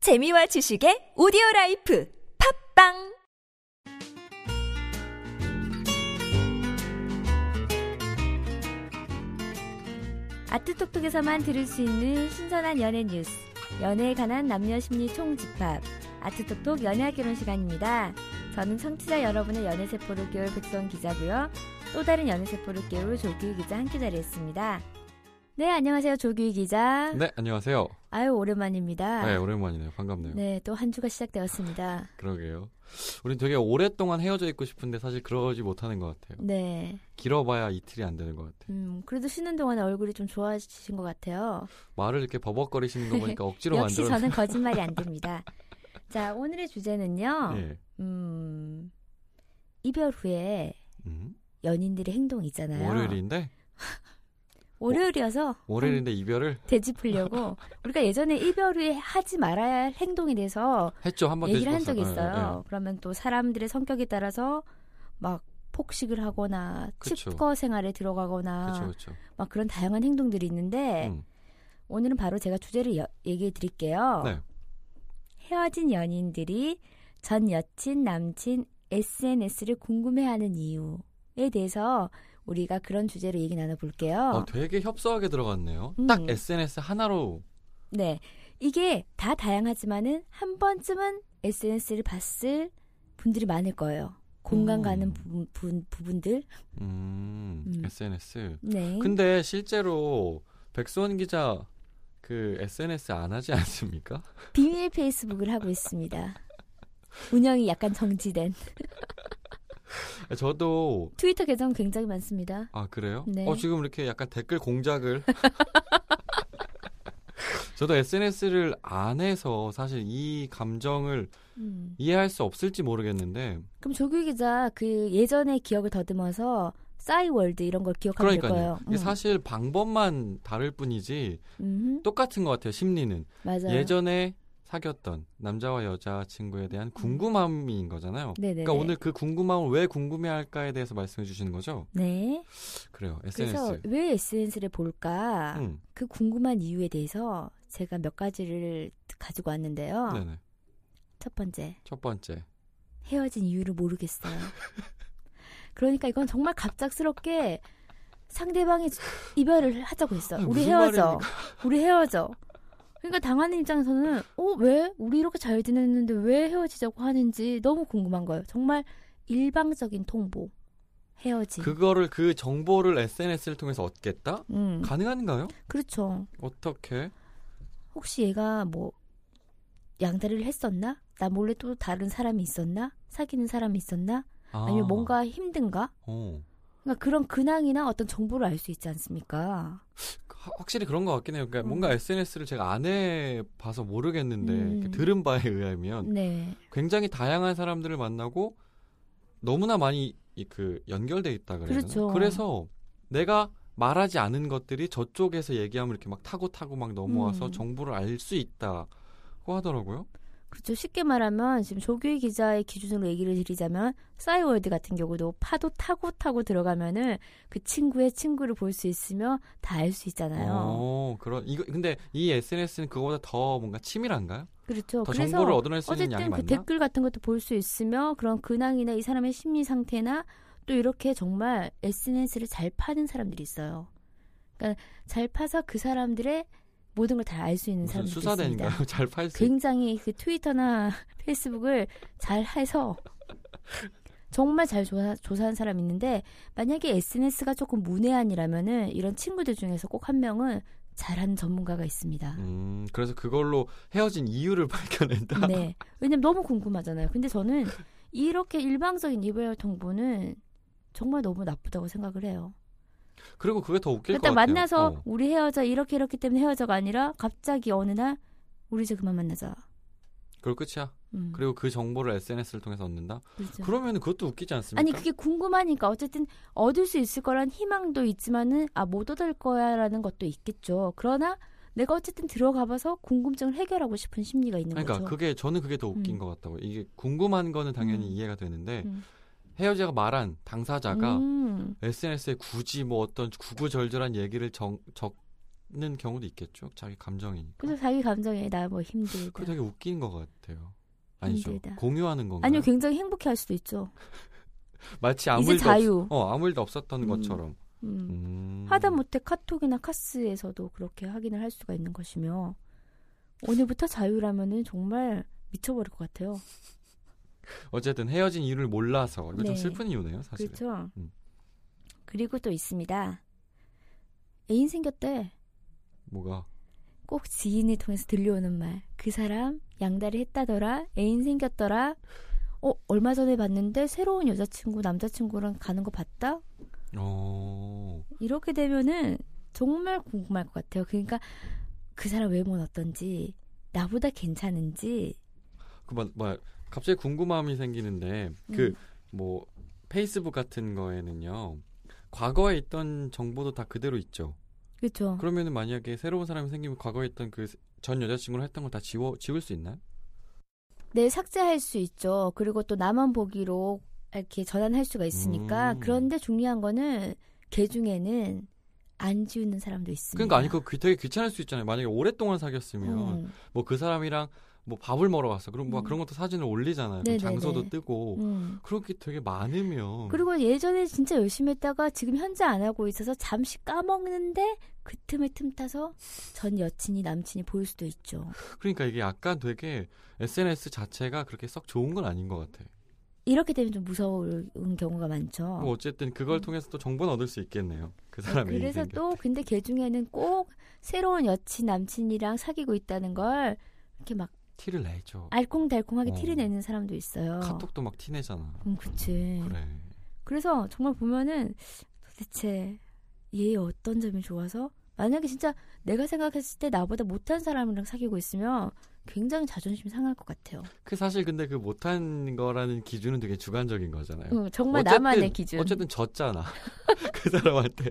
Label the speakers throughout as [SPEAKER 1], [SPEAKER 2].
[SPEAKER 1] 재미와 지식의 오디오 라이프 팝빵
[SPEAKER 2] 아트톡톡에서만 들을 수 있는 신선한 연애 뉴스, 연애에 관한 남녀 심리 총집합, 아트톡톡 연애학 결혼 시간입니다. 저는 청취자 여러분의 연애 세포를 깨울 백선 기자고요. 또 다른 연애 세포를 깨울 조규희 기자 함께 자리했습니다. 네, 안녕하세요, 조규희 기자.
[SPEAKER 3] 네, 안녕하세요.
[SPEAKER 2] 아유, 오랜만입니다.
[SPEAKER 3] 네, 오랜만이네요. 반갑네요.
[SPEAKER 2] 네, 또 한 주가 시작되었습니다.
[SPEAKER 3] 그러게요. 우린 되게 오랫동안 헤어져 있고 싶은데 사실 그러지 못하는 것 같아요.
[SPEAKER 2] 네,
[SPEAKER 3] 길어봐야 이틀이 안 되는 것 같아요.
[SPEAKER 2] 음, 그래도 쉬는 동안 얼굴이 좀 좋아지신 것 같아요.
[SPEAKER 3] 말을 이렇게 버벅거리시는 거 보니까 억지로
[SPEAKER 2] 역시
[SPEAKER 3] 만들어.
[SPEAKER 2] 저는 거짓말이 안 됩니다. 자, 오늘의 주제는요.
[SPEAKER 3] 예.
[SPEAKER 2] 음, 이별 후에
[SPEAKER 3] 음?
[SPEAKER 2] 연인들의 행동이 있잖아요.
[SPEAKER 3] 월요일인데
[SPEAKER 2] 이어서
[SPEAKER 3] 월요일인데 이별을
[SPEAKER 2] 되짚으려고 우리가 예전에 이별 후에 하지 말아야 할 행동에 대해서
[SPEAKER 3] 했죠. 한번 예,
[SPEAKER 2] 얘기를 한 적이
[SPEAKER 3] 되짚었어요.
[SPEAKER 2] 있어요. 그러면 또 사람들의 성격에 따라서 막 폭식을 하거나
[SPEAKER 3] 그쵸.
[SPEAKER 2] 칩거 생활에
[SPEAKER 3] 예,
[SPEAKER 2] 들어가거나
[SPEAKER 3] 예. 그렇죠, 그렇죠.
[SPEAKER 2] 막 그런 다양한 행동들이 있는데
[SPEAKER 3] 음.
[SPEAKER 2] 오늘은 바로 제가 주제를 여- 얘기해 드릴게요.
[SPEAKER 3] 네.
[SPEAKER 2] 헤어진 연인들이 전 여친, 남친, SNS를 궁금해하는 이유에 대해서 우리가 그런 주제로 얘기 나눠볼게요.
[SPEAKER 3] 아, 되게 협소하게 들어갔네요.
[SPEAKER 2] 어. 음.
[SPEAKER 3] 딱 SNS 하나로
[SPEAKER 2] 네. 이게 다 다양하지만은 한 번쯤은 SNS를 봤을 분들이 많을 거예요. 공감
[SPEAKER 3] 음.
[SPEAKER 2] 가는 부분, 분- 부분들.
[SPEAKER 3] 음,
[SPEAKER 2] 음.
[SPEAKER 3] SNS.
[SPEAKER 2] 네.
[SPEAKER 3] 근데 실제로 백수원 기자 그 SNS 안 하지 않습니까?
[SPEAKER 2] 비밀 페이스북을 하고 있습니다. 운영이 약간 정지된
[SPEAKER 3] 저도
[SPEAKER 2] 트위터 계정 굉장히 많습니다.
[SPEAKER 3] 아 그래요?
[SPEAKER 2] 네.
[SPEAKER 3] 어 지금 이렇게 약간 댓글 공작을 저도 SNS를 안 해서 사실 이 감정을
[SPEAKER 2] 음.
[SPEAKER 3] 이해할 수 없을지 모르겠는데
[SPEAKER 2] 그럼 조규 기자 그 예전의 기억을 더듬어서 싸이월드 이런 걸 기억하면 될
[SPEAKER 3] 그러니까요.
[SPEAKER 2] 거예요.
[SPEAKER 3] 이게 사실 방법만 다를 뿐이지
[SPEAKER 2] 음. 음.
[SPEAKER 3] 똑같은 것 같아요. 심리는
[SPEAKER 2] 맞아요.
[SPEAKER 3] 예전에 사귀었던 남자와 여자 친구에 대한 궁금함인 거잖아요.
[SPEAKER 2] 음. 네네.
[SPEAKER 3] 그러니까 오늘 그 궁금함을 왜 궁금해할까에 대해서 말씀해 주시는 거죠?
[SPEAKER 2] 네.
[SPEAKER 3] 그래요.
[SPEAKER 2] 그래서
[SPEAKER 3] SNS.
[SPEAKER 2] 왜 SNS를 볼까?
[SPEAKER 3] 음,
[SPEAKER 2] 그 궁금한 이유에 대해서 제가 몇 가지를 가지고 왔는데요.
[SPEAKER 3] 네네.
[SPEAKER 2] 첫 번째,
[SPEAKER 3] 첫 번째.
[SPEAKER 2] 헤어진 이유를 모르겠어요. 그러니까 이건 정말 갑작스럽게 상대방이 이별을 하자고 했어.
[SPEAKER 3] 아니,
[SPEAKER 2] 우리
[SPEAKER 3] 무슨
[SPEAKER 2] 헤어져. 우리 헤어져. 그러니까 당하는 입장에서는 어, 왜? 우리 이렇게 잘 지냈는데 왜 헤어지자고 하는지 너무 궁금한 거예요. 정말 일방적인 통보. 헤어짐.
[SPEAKER 3] 그거를 그 정보를 SNS를 통해서 얻겠다?
[SPEAKER 2] 음.
[SPEAKER 3] 가능한가요?
[SPEAKER 2] 그렇죠.
[SPEAKER 3] 어떻게?
[SPEAKER 2] 혹시 얘가 뭐 양다리를 했었나? 나 몰래 또 다른 사람이 있었나? 사귀는 사람이 있었나?
[SPEAKER 3] 아,
[SPEAKER 2] 아니면 뭔가 힘든가?
[SPEAKER 3] 어.
[SPEAKER 2] 그러니까 그런 근황이나 어떤 정보를 알 수 있지 않습니까?
[SPEAKER 3] 하- 확실히 그런 것 같긴 해요. 그러니까
[SPEAKER 2] 음.
[SPEAKER 3] 뭔가 SNS를 제가 안 해봐서 모르겠는데
[SPEAKER 2] 음.
[SPEAKER 3] 이렇게 들은 바에 의하면
[SPEAKER 2] 네. 굉장히
[SPEAKER 3] 굉장히 다양한 사람들을 만나고 너무나 많이 이- 그 연결돼 있다 그래요.
[SPEAKER 2] 그렇죠.
[SPEAKER 3] 그래서 내가 말하지 않은 것들이 저쪽에서 얘기하면 이렇게 막 타고 타고 막 넘어와서
[SPEAKER 2] 음.
[SPEAKER 3] 정보를 알 수 있다고 하더라고요.
[SPEAKER 2] 그렇죠. 쉽게 말하면 지금 조규희 기자의 기준으로 얘기를 드리자면 싸이월드 같은 경우도 파도 타고 타고 들어가면은 그 친구의 친구를 볼 수 있으면 다 알 수 있잖아요.
[SPEAKER 3] 어, 그런 이거 근데 이 SNS는 그거보다 더 뭔가 치밀한가요?
[SPEAKER 2] 그렇죠.
[SPEAKER 3] 더
[SPEAKER 2] 그래서
[SPEAKER 3] 정보를 얻어낼 수 있는 양이
[SPEAKER 2] 어쨌든
[SPEAKER 3] 많나?
[SPEAKER 2] 그 댓글 같은 것도 볼 수 있으며 그런 근황이나 이 사람의 심리 상태나 또 이렇게 정말 SNS를 잘 파는 사람들이 있어요. 그러니까 잘 파서 그 사람들의 모든 걸 다 알 수 있는
[SPEAKER 3] 무슨
[SPEAKER 2] 사람들이 있습니다.
[SPEAKER 3] 수사대인가요? 잘 팔 수 있
[SPEAKER 2] 굉장히 그 트위터나 페이스북을 잘 해서 정말 잘 조사, 조사한 사람이 있는데 만약에 SNS가 조금 문외한이라면은 이런 친구들 중에서 꼭 한 명은 잘하는 전문가가 있습니다.
[SPEAKER 3] 음, 그래서 그걸로 헤어진 이유를 밝혀낸다.
[SPEAKER 2] 네. 왜냐면 너무 궁금하잖아요. 근데 저는 이렇게 일방적인 이별 통보는 정말 너무 나쁘다고 생각을 해요.
[SPEAKER 3] 그리고 그게 더 웃길
[SPEAKER 2] 그러니까
[SPEAKER 3] 것 같아요.
[SPEAKER 2] 만나서
[SPEAKER 3] 어.
[SPEAKER 2] 우리 헤어져 이렇게 이렇게 때문에 헤어져가 아니라 갑자기 어느 날 우리 이제 그만 만나자.
[SPEAKER 3] 그걸 끝이야.
[SPEAKER 2] 음,
[SPEAKER 3] 그리고 그 정보를 SNS를 통해서 얻는다.
[SPEAKER 2] 그렇죠.
[SPEAKER 3] 그러면 그것도 웃기지 않습니까?
[SPEAKER 2] 아니 그게 궁금하니까 어쨌든 얻을 수 있을 거란 희망도 있지만은 아 못 얻을 거야라는 것도 있겠죠. 그러나 내가 어쨌든 들어가봐서 궁금증을 해결하고 싶은 심리가 있는
[SPEAKER 3] 그러니까
[SPEAKER 2] 거죠.
[SPEAKER 3] 그게 저는 그게 더 웃긴
[SPEAKER 2] 음.
[SPEAKER 3] 것 같다고. 이게 궁금한 거는 당연히
[SPEAKER 2] 음.
[SPEAKER 3] 이해가 되는데
[SPEAKER 2] 음.
[SPEAKER 3] 헤어지가 말한 당사자가
[SPEAKER 2] 음,
[SPEAKER 3] SNS에 굳이 뭐 어떤 구구절절한 얘기를 정, 적 는 경우도 있겠죠. 자기 감정이니까.
[SPEAKER 2] 그래서 자기 감정에 나 뭐 힘들다.
[SPEAKER 3] 그 되게 웃긴 것 같아요. 아니죠.
[SPEAKER 2] 힘들다.
[SPEAKER 3] 공유하는 건가요?
[SPEAKER 2] 아니요, 굉장히 행복해 할 수도 있죠.
[SPEAKER 3] 마치 아무
[SPEAKER 2] 이제
[SPEAKER 3] 일도
[SPEAKER 2] 자유.
[SPEAKER 3] 없, 어, 아무 일도 없었던
[SPEAKER 2] 음.
[SPEAKER 3] 것처럼.
[SPEAKER 2] 음.
[SPEAKER 3] 음.
[SPEAKER 2] 하다 못해 카톡이나 카스에서도 그렇게 확인을 할 수가 있는 것이며 오늘부터 자유라면은 정말 미쳐버릴 것 같아요.
[SPEAKER 3] 어쨌든 헤어진 이유를 몰라서 이거 좀
[SPEAKER 2] 네.
[SPEAKER 3] 슬픈 이유네요, 사실은.
[SPEAKER 2] 그렇죠.
[SPEAKER 3] 음.
[SPEAKER 2] 그리고 또 있습니다. 애인 생겼대.
[SPEAKER 3] 뭐가
[SPEAKER 2] 꼭 지인을 통해서 들려오는 말. 그 사람 양다리 했다더라. 애인 생겼더라. 어 얼마 전에 봤는데 새로운 여자친구 남자친구랑 가는 거 봤다.
[SPEAKER 3] 어.
[SPEAKER 2] 이렇게 되면은 정말 궁금할 것 같아요. 그러니까 그 사람 외모는 어떤지 나보다 괜찮은지
[SPEAKER 3] 그만 뭐 갑자기 궁금함이 생기는데
[SPEAKER 2] 음.
[SPEAKER 3] 그 뭐 페이스북 같은 거에는요. 과거에 있던 정보도 다 그대로 있죠.
[SPEAKER 2] 그렇죠.
[SPEAKER 3] 그러면은 만약에 새로운 사람이 생기면 과거에 있던 그 전 여자친구랑 했던 걸 다 지워 지울 수 있나요?
[SPEAKER 2] 네, 삭제할 수 있죠. 그리고 또 나만 보기로 이렇게 전환할 수가 있으니까.
[SPEAKER 3] 음.
[SPEAKER 2] 그런데 중요한 거는 걔 중에는 안 지우는 사람도 있습니다.
[SPEAKER 3] 그러니까 아니 그거 귀- 되게 귀찮을 수 있잖아요. 만약에 오랫동안 사귀었으면
[SPEAKER 2] 네. 음,
[SPEAKER 3] 뭐 그 사람이랑 뭐 밥을 먹으러 갔어. 그럼 뭐
[SPEAKER 2] 음.
[SPEAKER 3] 그런 것도 사진을 올리잖아요. 그럼
[SPEAKER 2] 네네네.
[SPEAKER 3] 장소도 뜨고
[SPEAKER 2] 음.
[SPEAKER 3] 그렇게 되게 많으면
[SPEAKER 2] 그리고 예전에 진짜 열심히 했다가 지금 현재 안 하고 있어서 잠시 까먹는데 그 틈에 틈 타서 전 여친이 남친이 보일 수도 있죠.
[SPEAKER 3] 그러니까 이게 약간 되게 SNS 자체가 그렇게 썩 좋은 건 아닌 것 같아.
[SPEAKER 2] 이렇게 되면 좀 무서운 경우가 많죠.
[SPEAKER 3] 그럼 어쨌든 그걸
[SPEAKER 2] 음.
[SPEAKER 3] 통해서 또 정보는 얻을 수 있겠네요. 그
[SPEAKER 2] 네,
[SPEAKER 3] 사람이
[SPEAKER 2] 그래서 또 근데 걔 중에는 꼭 새로운 여친 남친이랑 사귀고 있다는 걸 이렇게 막
[SPEAKER 3] 티를 내죠.
[SPEAKER 2] 알콩달콩하게
[SPEAKER 3] 어.
[SPEAKER 2] 티를 내는 사람도 아, 있어요.
[SPEAKER 3] 카톡도 막 티 내잖아.
[SPEAKER 2] 음, 그치.
[SPEAKER 3] 그래.
[SPEAKER 2] 그래. 서 정말 보면은 도대체 얘의 어떤 점이 좋아서 만약에 진짜 내가 생각했을 때 나보다 못한 사람이랑 사귀고 있으면 굉장히 자존심 상할 것 같아요.
[SPEAKER 3] 그 사실 근데 그 못한 거라는 기준은 되게 주관적인 거잖아요.
[SPEAKER 2] 음, 정말 나만의 기준.
[SPEAKER 3] 네. 어쨌든 졌잖아. 그 사람한테.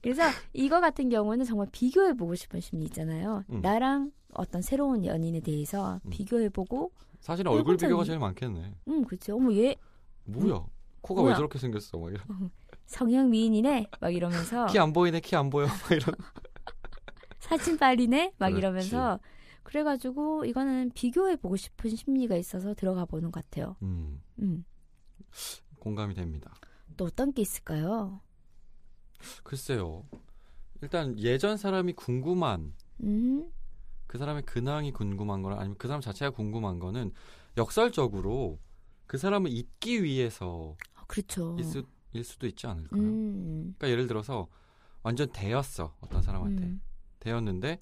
[SPEAKER 2] 그래서 이거 같은 경우는 정말 비교해보고 싶은 심리 있잖아요.
[SPEAKER 3] 음.
[SPEAKER 2] 나랑 어떤 새로운 연인에 대해서
[SPEAKER 3] 음.
[SPEAKER 2] 비교해보고,
[SPEAKER 3] 사실 얼굴
[SPEAKER 2] 혼자
[SPEAKER 3] 비교가
[SPEAKER 2] 이-
[SPEAKER 3] 제일 많겠네.
[SPEAKER 2] 음, 그렇죠. 어머, 얘
[SPEAKER 3] 뭐야? 코가
[SPEAKER 2] 음. 뭐야?
[SPEAKER 3] 왜 저렇게 생겼어? 막 이런.
[SPEAKER 2] 성형 미인이네? 막 이러면서.
[SPEAKER 3] 키 안 보이네, 키 안 보여. 막 이런.
[SPEAKER 2] 사진 빨리네? 막
[SPEAKER 3] 그렇지.
[SPEAKER 2] 이러면서 그래가지고 이거는 비교해 보고 싶은 심리가 있어서 들어가 보는 것 같아요.
[SPEAKER 3] 음,
[SPEAKER 2] 음.
[SPEAKER 3] 공감이 됩니다.
[SPEAKER 2] 또 어떤 게 있을까요?
[SPEAKER 3] 글쎄요. 일단 예전 사람이 궁금한
[SPEAKER 2] 음,
[SPEAKER 3] 그 사람의 근황이 궁금한 거나 아니면 그 사람 자체가 궁금한 거는 역설적으로 그 사람을 잊기 위해서
[SPEAKER 2] 아, 그렇죠.
[SPEAKER 3] 일, 수, 일 수도 있지 않을까요?
[SPEAKER 2] 음,
[SPEAKER 3] 그러니까 예를 들어서 완전 대였어 어떤 사람한테
[SPEAKER 2] 음,
[SPEAKER 3] 대였는데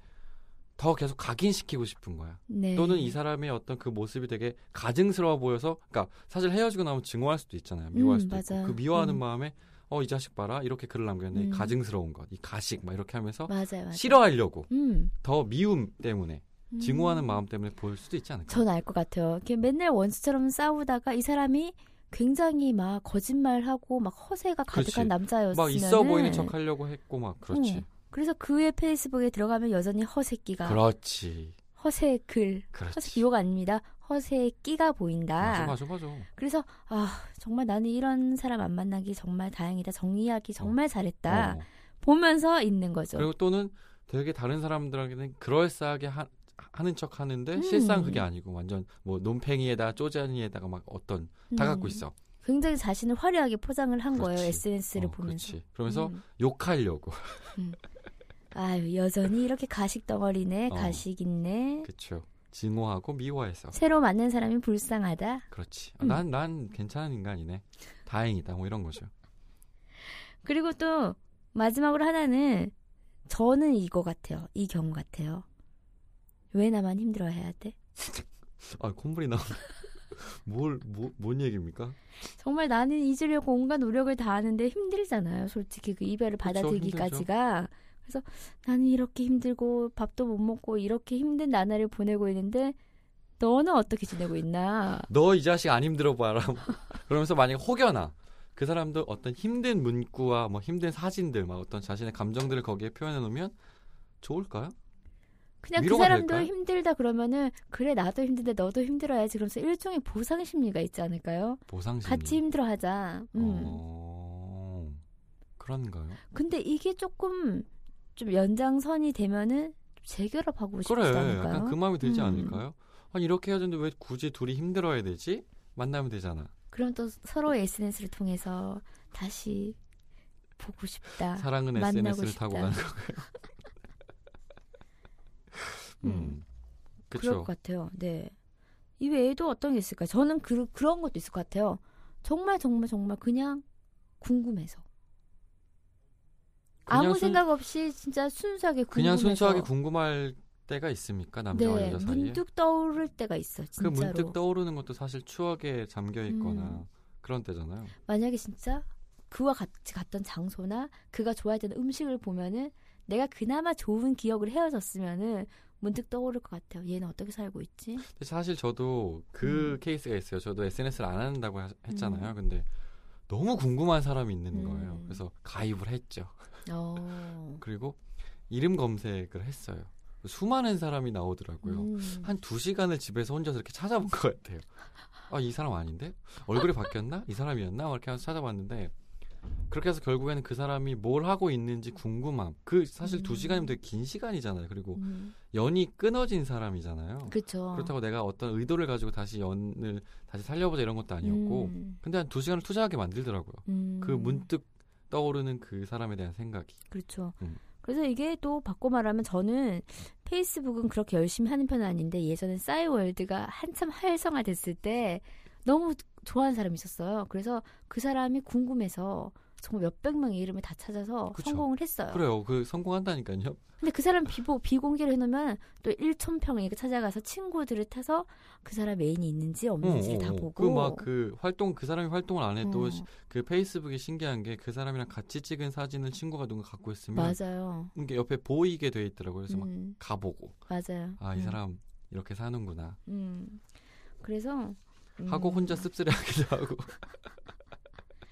[SPEAKER 3] 더 계속 각인시키고 싶은 거야.
[SPEAKER 2] 네.
[SPEAKER 3] 또는 이 사람의 어떤 그 모습이 되게 가증스러워 보여서 그러니까 사실 헤어지고 나면 증오할 수도 있잖아요. 미워할
[SPEAKER 2] 음,
[SPEAKER 3] 수도
[SPEAKER 2] 맞아요.
[SPEAKER 3] 있고 그 미워하는
[SPEAKER 2] 음.
[SPEAKER 3] 마음에 어 이 자식 봐라 이렇게 글을 남겼는데 이
[SPEAKER 2] 음.
[SPEAKER 3] 가증스러운 것, 이 가식 막 이렇게 하면서
[SPEAKER 2] 맞아요, 맞아요.
[SPEAKER 3] 싫어하려고
[SPEAKER 2] 음,
[SPEAKER 3] 더 미움 때문에
[SPEAKER 2] 음.
[SPEAKER 3] 증오하는 마음 때문에 보일 수도 있지 않을까.
[SPEAKER 2] 전 알 것 같아요. 이렇게 맨날 원수처럼 싸우다가 이 사람이 굉장히 막 거짓말하고 막 허세가 가득한
[SPEAKER 3] 그렇지.
[SPEAKER 2] 남자였으면
[SPEAKER 3] 막 있어 보이는 척 하려고 했고 막 그렇지.
[SPEAKER 2] 그래서 그의 페이스북에 들어가면 여전히 허세끼가
[SPEAKER 3] 그렇지.
[SPEAKER 2] 허세 글 허세
[SPEAKER 3] 그렇지.
[SPEAKER 2] 기호가 아닙니다. 허세 끼가 보인다.
[SPEAKER 3] 맞아 맞아 맞아.
[SPEAKER 2] 그래서 아 정말 나는 이런 사람 안 만나기 정말 다행이다. 정리하기 정말 잘했다.
[SPEAKER 3] 어.
[SPEAKER 2] 보면서 있는 거죠.
[SPEAKER 3] 그리고 또는 되게 다른 사람들에게는 그럴싸하게 하, 는척 하는데
[SPEAKER 2] 음.
[SPEAKER 3] 실상 그게 아니고 완전 뭐 논팽이에다 쪼잔이에다가 막 어떤 다 갖고
[SPEAKER 2] 음,
[SPEAKER 3] 있어.
[SPEAKER 2] 굉장히 자신을 화려하게 포장을 한 거예요.
[SPEAKER 3] 그렇지.
[SPEAKER 2] SNS를
[SPEAKER 3] 어,
[SPEAKER 2] 보면서.
[SPEAKER 3] 그렇지. 그러면서
[SPEAKER 2] 음.
[SPEAKER 3] 욕하려고.
[SPEAKER 2] 아유 여전히 이렇게 가식 덩어리네,
[SPEAKER 3] 어.
[SPEAKER 2] 가식 있네.
[SPEAKER 3] 그렇죠. 증오하고 미워해서.
[SPEAKER 2] 새로 만난 사람이 불쌍하다.
[SPEAKER 3] 그렇지.
[SPEAKER 2] 음.
[SPEAKER 3] 난 난 괜찮은 인간이네. 다행이다. 뭐 이런 거죠.
[SPEAKER 2] 그리고 또 마지막으로 하나는 저는 이거 같아요. 이 경우 같아요. 왜 나만 힘들어해야 돼?
[SPEAKER 3] 아 콧물이 나오네. 뭘뭔 얘기입니까?
[SPEAKER 2] 정말 나는 잊으려고 온갖 노력을 다하는데 힘들잖아요. 솔직히 그 이별을
[SPEAKER 3] 그쵸,
[SPEAKER 2] 받아들기까지가. 그래서 나는 이렇게 힘들고 밥도 못 먹고 이렇게 힘든 나날을 보내고 있는데 너는 어떻게 지내고 있나?
[SPEAKER 3] 너 이 자식 안 힘들어 봐라. 그러면서 만약에 혹여나 그 사람도 어떤 힘든 문구와 뭐 힘든 사진들, 막 어떤 자신의 감정들을 거기에 표현해 놓으면 좋을까요?
[SPEAKER 2] 그냥 그
[SPEAKER 3] 위로가
[SPEAKER 2] 사람도
[SPEAKER 3] 될까요?
[SPEAKER 2] 힘들다 그러면은 그래 나도 힘든데 너도 힘들어야지 그러면서 일종의 보상 심리가 있지 않을까요?
[SPEAKER 3] 보상심.
[SPEAKER 2] 같이 힘들어하자. 음.
[SPEAKER 3] 어... 그런가요?
[SPEAKER 2] 근데 이게 조금 좀 연장선이 되면은 좀 재결합하고 싶지
[SPEAKER 3] 그래
[SPEAKER 2] 않을까요?
[SPEAKER 3] 약간 그 마음이 들지
[SPEAKER 2] 음.
[SPEAKER 3] 않을까요? 아니 이렇게 해야 되는데 왜 굳이 둘이 힘들어야 되지? 만나면 되잖아.
[SPEAKER 2] 그럼 또 서로의 SNS를 통해서 다시 보고 싶다.
[SPEAKER 3] 사랑은
[SPEAKER 2] 아, 만나고
[SPEAKER 3] SNS를
[SPEAKER 2] 싶다.
[SPEAKER 3] 타고 가는 거고요.
[SPEAKER 2] 음,
[SPEAKER 3] 음.
[SPEAKER 2] 그럴
[SPEAKER 3] 그쵸.
[SPEAKER 2] 것 같아요. 네. 이 외에도 어떤 게 있을까요? 저는 그, 그런 것도 있을 것 같아요. 정말 정말 정말 그냥 궁금해서.
[SPEAKER 3] 그냥
[SPEAKER 2] 아무
[SPEAKER 3] 순-
[SPEAKER 2] 생각 없이 진짜 순수하게 궁금해서.
[SPEAKER 3] 그냥 순수하게 궁금할 때가 있습니까? 남자와
[SPEAKER 2] 네,
[SPEAKER 3] 여자 사이에?
[SPEAKER 2] 문득 떠오를 때가 있어.
[SPEAKER 3] 그
[SPEAKER 2] 진짜로.
[SPEAKER 3] 문득 떠오르는 것도 사실 추억에 잠겨 있거나
[SPEAKER 2] 음.
[SPEAKER 3] 그런 때잖아요.
[SPEAKER 2] 만약에 진짜 그와 같이 갔던 장소나 그가 좋아했던 음식을 보면은 내가 그나마 좋은 기억을 헤어졌으면은 문득 떠오를 것 같아요. 얘는 어떻게 살고 있지?
[SPEAKER 3] 근데 사실 저도 그
[SPEAKER 2] 음.
[SPEAKER 3] 케이스가 있어요. 저도 SNS를 안 한다고 하- 했잖아요.
[SPEAKER 2] 음.
[SPEAKER 3] 근데 너무 궁금한 사람이 있는
[SPEAKER 2] 음.
[SPEAKER 3] 거예요. 그래서 가입을 했죠.
[SPEAKER 2] 어.
[SPEAKER 3] 그리고 이름 검색을 했어요. 수많은 사람이 나오더라고요.
[SPEAKER 2] 음.
[SPEAKER 3] 한 두 시간을 집에서 혼자서 이렇게 찾아본 것 같아요. 아, 이 사람 아닌데? 얼굴이 바뀌었나? 이 사람이었나? 막 이렇게 해서 찾아봤는데, 그렇게 해서 결국에는 그 사람이 뭘 하고 있는지 궁금함. 그 사실 두
[SPEAKER 2] 음.
[SPEAKER 3] 시간이면 되게 긴 시간이잖아요. 그리고
[SPEAKER 2] 음.
[SPEAKER 3] 연이 끊어진 사람이잖아요.
[SPEAKER 2] 그렇죠.
[SPEAKER 3] 그렇다고 내가 어떤 의도를 가지고 다시 연을 다시 살려보자 이런 것도 아니었고,
[SPEAKER 2] 음.
[SPEAKER 3] 근데 한 두 시간을 투자하게 만들더라고요.
[SPEAKER 2] 음.
[SPEAKER 3] 그 문득 떠오르는 그 사람에 대한 생각이.
[SPEAKER 2] 그렇죠.
[SPEAKER 3] 음.
[SPEAKER 2] 그래서 이게 또 바꿔 말하면 저는 페이스북은 그렇게 열심히 하는 편은 아닌데 예전에 싸이월드가 한참 활성화됐을 때 너무 좋아하는 사람이 있었어요. 그래서 그 사람이 궁금해서 정말 몇백 명의 이름을 다 찾아서
[SPEAKER 3] 그쵸.
[SPEAKER 2] 성공을 했어요.
[SPEAKER 3] 그래요. 그 성공한다니까요.
[SPEAKER 2] 근데 그 사람 비보, 비공개로 해놓으면 또 1,000평 이렇게 찾아가서 친구들을 타서 그 사람 음, 애인이 있는지 없는지를 다 보고.
[SPEAKER 3] 어, 그막 그 활동 그 사람이 활동을 안 해도
[SPEAKER 2] 어,
[SPEAKER 3] 시- 그 페이스북이 신기한 게 그 사람이랑 같이 찍은 사진을 친구가 누군가 갖고 있으면
[SPEAKER 2] 맞아요.
[SPEAKER 3] 이게 옆에 보이게 돼 있더라고요. 그래서 막
[SPEAKER 2] 음,
[SPEAKER 3] 가보고
[SPEAKER 2] 맞아요.
[SPEAKER 3] 아 이
[SPEAKER 2] 음,
[SPEAKER 3] 사람 이렇게 사는구나
[SPEAKER 2] 음. 그래서 음.
[SPEAKER 3] 하고 혼자 씁쓸해하기도 하고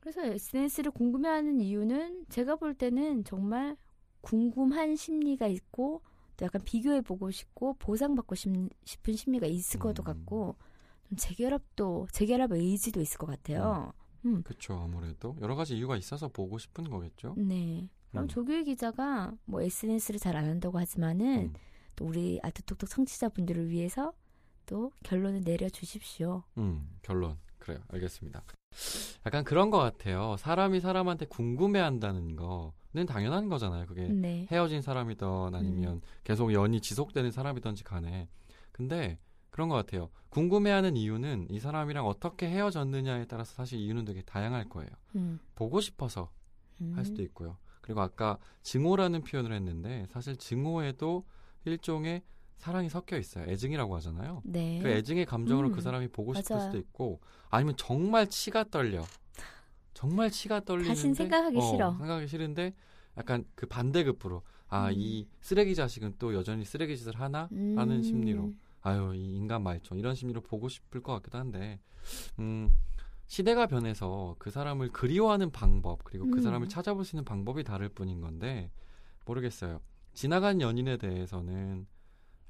[SPEAKER 2] 그래서 SNS를 궁금해하는 이유는 제가 볼 때는 정말 궁금한 심리가 있고 또 약간 비교해보고 싶고 보상받고 싶, 싶은 심리가 있을 것도
[SPEAKER 3] 음.
[SPEAKER 2] 같고 좀 재결합도 재결합 의지도 있을 것 같아요.
[SPEAKER 3] 그쵸 아무래도 여러 가지 이유가 있어서 보고 싶은 거겠죠.
[SPEAKER 2] 네. 그럼
[SPEAKER 3] 음.
[SPEAKER 2] 조규희 기자가 뭐 SNS를 잘 안 한다고 하지만은
[SPEAKER 3] 음.
[SPEAKER 2] 또 우리 아트톡톡 청취자분들을 위해서 또 결론을 내려주십시오.
[SPEAKER 3] 음 결론 그래요 알겠습니다. 약간 그런 것 같아요. 사람이 사람한테 궁금해한다는 거는 당연한 거잖아요. 그게
[SPEAKER 2] 네.
[SPEAKER 3] 헤어진 사람이든 아니면 계속 연이 지속되는 사람이든지 간에 근데 그런 것 같아요. 궁금해하는 이유는 이 사람이랑 어떻게 헤어졌느냐에 따라서 사실 이유는 되게 다양할 거예요.
[SPEAKER 2] 음.
[SPEAKER 3] 보고 싶어서
[SPEAKER 2] 음.
[SPEAKER 3] 할 수도 있고요. 그리고 아까 증오라는 표현을 했는데 사실 증오에도 일종의 사랑이 섞여 있어요. 애증이라고 하잖아요.
[SPEAKER 2] 네.
[SPEAKER 3] 그 애증의 감정으로
[SPEAKER 2] 음,
[SPEAKER 3] 그 사람이 보고 싶을
[SPEAKER 2] 맞아요.
[SPEAKER 3] 수도 있고 아니면 정말 치가 떨려 정말 치가 떨리는데
[SPEAKER 2] 다신 생각하기 싫어.
[SPEAKER 3] 생각하기 싫은데 약간 그 반대급부로
[SPEAKER 2] 음.
[SPEAKER 3] 아 이 쓰레기 자식은 또 여전히 쓰레기 짓을 하나
[SPEAKER 2] 음.
[SPEAKER 3] 하는 심리로 아유 이 인간 말종 이런 심리로 보고 싶을 것 같기도 한데 음 시대가 변해서 그 사람을 그리워하는 방법 그리고 그
[SPEAKER 2] 음.
[SPEAKER 3] 사람을 찾아볼 수 있는 방법이 다를 뿐인 건데 모르겠어요 지나간 연인에 대해서는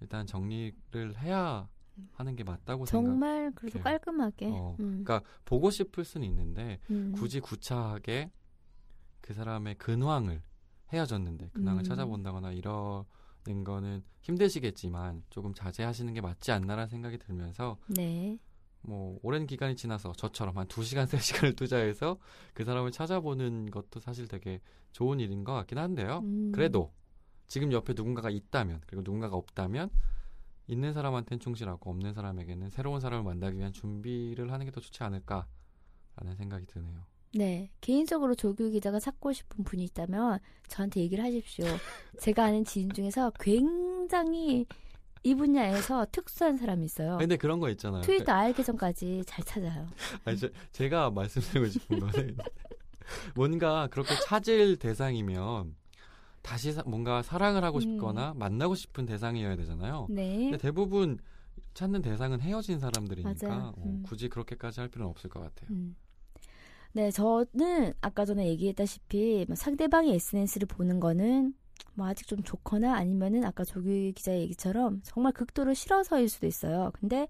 [SPEAKER 3] 일단 정리를 해야 하는 게 맞다고 생각
[SPEAKER 2] 정말 그래도
[SPEAKER 3] 그래요.
[SPEAKER 2] 깔끔하게.
[SPEAKER 3] 어,
[SPEAKER 2] 음.
[SPEAKER 3] 그러니까 보고 싶을 수는 있는데
[SPEAKER 2] 음.
[SPEAKER 3] 굳이 구차하게 그 사람의 근황을 헤어졌는데 근황을
[SPEAKER 2] 음.
[SPEAKER 3] 찾아본다거나 이러는 거는 힘드시겠지만 조금 자제하시는 게 맞지 않나라는 생각이 들면서
[SPEAKER 2] 네.
[SPEAKER 3] 뭐 오랜 기간이 지나서 저처럼 한 2시간, 3시간을 투자해서 그 사람을 찾아보는 것도 사실 되게 좋은 일인 것 같긴 한데요.
[SPEAKER 2] 음.
[SPEAKER 3] 어, 그래도 지금 옆에 누군가가 있다면 그리고 누군가가 없다면 있는 사람한테는 충실하고 없는 사람에게는 새로운 사람을 만나기 위한 준비를 하는 게 더 좋지 않을까라는 생각이 드네요.
[SPEAKER 2] 네. 개인적으로 조규 기자가 찾고 싶은 분이 있다면 저한테 얘기를 하십시오. 제가 아는 지인 중에서 굉장히 이 분야에서 특수한 사람이 있어요.
[SPEAKER 3] 근데 그런 거 있잖아요. 그,
[SPEAKER 2] 트위터 알 계정까지 잘 찾아요.
[SPEAKER 3] 아니, 제, 제가 말씀드리고 싶은 거는 뭔가 그렇게 찾을 대상이면 다시 사- 뭔가 사랑을 하고
[SPEAKER 2] 음.
[SPEAKER 3] 싶거나 만나고 싶은 대상이어야 되잖아요.
[SPEAKER 2] 네.
[SPEAKER 3] 근데 대부분 찾는 대상은 헤어진 사람들이니까
[SPEAKER 2] 맞아요.
[SPEAKER 3] 어,
[SPEAKER 2] 음.
[SPEAKER 3] 굳이 그렇게까지 할 필요는 없을 것 같아요.
[SPEAKER 2] 음. 네, 저는 아까 전에 얘기했다시피 뭐 상대방이 SNS를 보는 거는 뭐 아직 좀 좋거나 아니면은 아까 조규 기자의 얘기처럼 정말 극도로 싫어서일 수도 있어요. 근데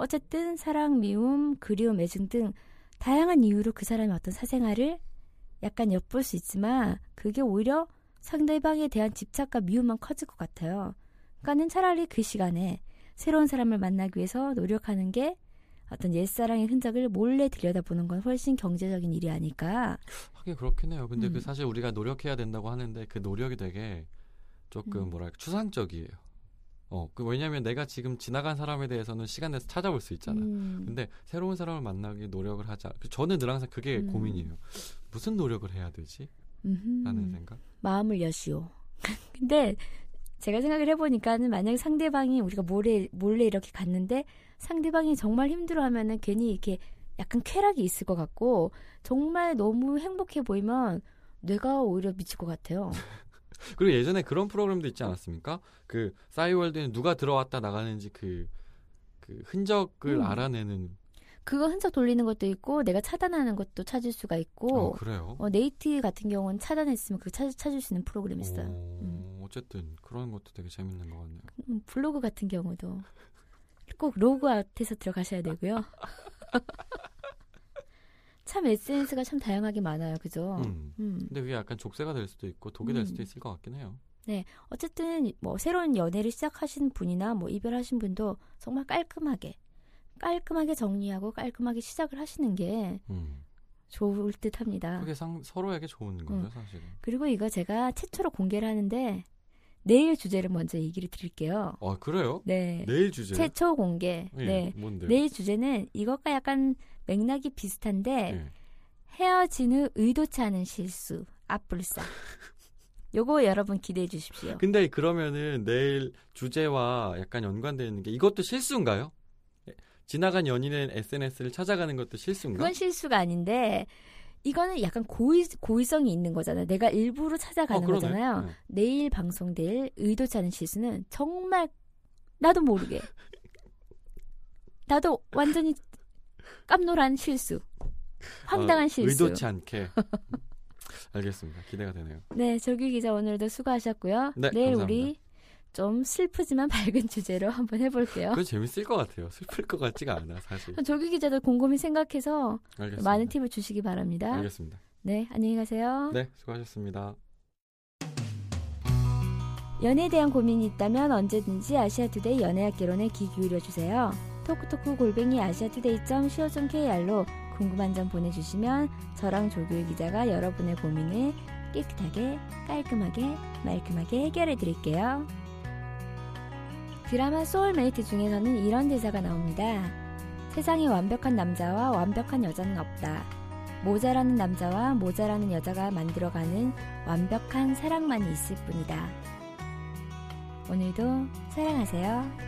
[SPEAKER 2] 어쨌든 사랑, 미움, 그리움, 애증 등 다양한 이유로 그 사람의 어떤 사생활을 약간 엿볼 수 있지만 그게 오히려 상대방에 대한 집착과 미움만 커질 것 같아요. 그러니까는 차라리 그 시간에 새로운 사람을 만나기 위해서 노력하는 게 어떤 옛사랑의 흔적을 몰래 들여다보는 건 훨씬 경제적인 일이 아닐까.
[SPEAKER 3] 하긴 그렇긴 해요. 근데
[SPEAKER 2] 음.
[SPEAKER 3] 그 사실 우리가 노력해야 된다고 하는데 그 노력이 되게 조금
[SPEAKER 2] 음.
[SPEAKER 3] 뭐랄까 추상적이에요. 어, 그 왜냐하면 내가 지금 지나간 사람에 대해서는 시간 내서 찾아볼 수 있잖아.
[SPEAKER 2] 음.
[SPEAKER 3] 근데 새로운 사람을 만나기 노력을 하자. 그 저는 늘 항상 그게
[SPEAKER 2] 음.
[SPEAKER 3] 고민이에요. 무슨 노력을 해야 되지?
[SPEAKER 2] 음흠.
[SPEAKER 3] 라는 생각.
[SPEAKER 2] 마음을 여시오. 근데 제가 생각을 해보니까는 만약에 상대방이 우리가 몰래 몰래 이렇게 갔는데 상대방이 정말 힘들어하면은 괜히 이렇게 약간 쾌락이 있을 것 같고 정말 너무 행복해 보이면 뇌가 오히려 미칠 것 같아요.
[SPEAKER 3] 그리고 예전에 그런 프로그램도 있지 않았습니까? 그 싸이월드에 누가 들어왔다 나가는지 그, 그 흔적을
[SPEAKER 2] 음.
[SPEAKER 3] 알아내는.
[SPEAKER 2] 그거 흔적 돌리는 것도 있고 내가 차단하는 것도 찾을 수가
[SPEAKER 3] 어,
[SPEAKER 2] 있고
[SPEAKER 3] 그래요.
[SPEAKER 2] 어, 네이트 같은 경우는 차단했으면 그거 찾, 찾을 수 있는 프로그램이 있어요. 음.
[SPEAKER 3] 어, 어쨌든 그런 것도 되게 재밌는 것 같네요.
[SPEAKER 2] 음, 블로그 같은 경우도 꼭 로그아웃해서 들어가셔야 되고요. 참 SNS가 참 다양하게 많아요, 그죠?
[SPEAKER 3] 음.
[SPEAKER 2] 음.
[SPEAKER 3] 근데 그게 약간 족쇄가 될 수도 있고 독이 될 수도
[SPEAKER 2] 음.
[SPEAKER 3] 있을 것 같긴 해요.
[SPEAKER 2] 어쨌든 뭐 새로운 연애를 시작하신 분이나 뭐 이별하신 분도 정말 깔끔하게 깔끔하게 정리하고 깔끔하게 시작을 하시는 게
[SPEAKER 3] 음.
[SPEAKER 2] 좋을 듯합니다.
[SPEAKER 3] 그게 상, 서로에게 좋은 거죠,
[SPEAKER 2] 음.
[SPEAKER 3] 사실은.
[SPEAKER 2] 그리고 이거 제가 최초로 공개를 하는데 내일 주제를 먼저 얘기를 드릴게요.
[SPEAKER 3] 아 그래요?
[SPEAKER 2] 네,
[SPEAKER 3] 내일 주제.
[SPEAKER 2] 최초 공개.
[SPEAKER 3] 예,
[SPEAKER 2] 네,
[SPEAKER 3] 뭔데?
[SPEAKER 2] 내일 주제는 이것과 약간 맥락이 비슷한데
[SPEAKER 3] 예.
[SPEAKER 2] 헤어진 후 의도치 않은 실수 앞불사 요거 여러분 기대해 주십시오
[SPEAKER 3] 근데 그러면은 내일 주제와 약간 연관되어 있는 게 이것도 실수인가요? 예, 지나간 연인의 SNS를 찾아가는 것도 실수인가?
[SPEAKER 2] 그건 실수가 아닌데 이거는 약간 고의, 고의성이 있는 거잖아요 내가 일부러 찾아가는
[SPEAKER 3] 그러네.
[SPEAKER 2] 거잖아요
[SPEAKER 3] 예.
[SPEAKER 2] 내일 방송될 의도치 않은 실수는 정말 나도 모르게 나도 완전히 깜놀한 실수 황당한
[SPEAKER 3] 아,
[SPEAKER 2] 실수
[SPEAKER 3] 의도치 않게. 알겠습니다. 기대가 되네요.
[SPEAKER 2] 네 절규 기자 오늘도 수고하셨고요
[SPEAKER 3] 네,
[SPEAKER 2] 내일
[SPEAKER 3] 감사합니다.
[SPEAKER 2] 우리 좀 슬프지만 밝은 주제로 한번 해볼게요
[SPEAKER 3] 그건 재밌을 것 같아요. 슬플 것 같지가 않아, 사실.
[SPEAKER 2] 조규 기자도 곰곰이 생각해서
[SPEAKER 3] 알겠습니다.
[SPEAKER 2] 어, 많은 팁을 주시기 바랍니다.
[SPEAKER 3] 알겠습니다.
[SPEAKER 2] 네, 안녕히 가세요.
[SPEAKER 3] 네, 수고하셨습니다.
[SPEAKER 2] 연애에 대한 고민이 있다면 언제든지 아시아투데이 연애학개론에 귀 기울여 주세요. 토크토크 골뱅이 아시아투데이.co.kr로 궁금한 점 보내주시면 저랑 조규 기자가 여러분의 고민을 깨끗하게, 깔끔하게, 말끔하게 해결해 드릴게요. 드라마 소울메이트 중에서는 이런 대사가 나옵니다. 세상에 완벽한 남자와 완벽한 여자는 없다. 모자라는 남자와 모자라는 여자가 만들어가는 완벽한 사랑만이 있을 뿐이다. 오늘도 사랑하세요.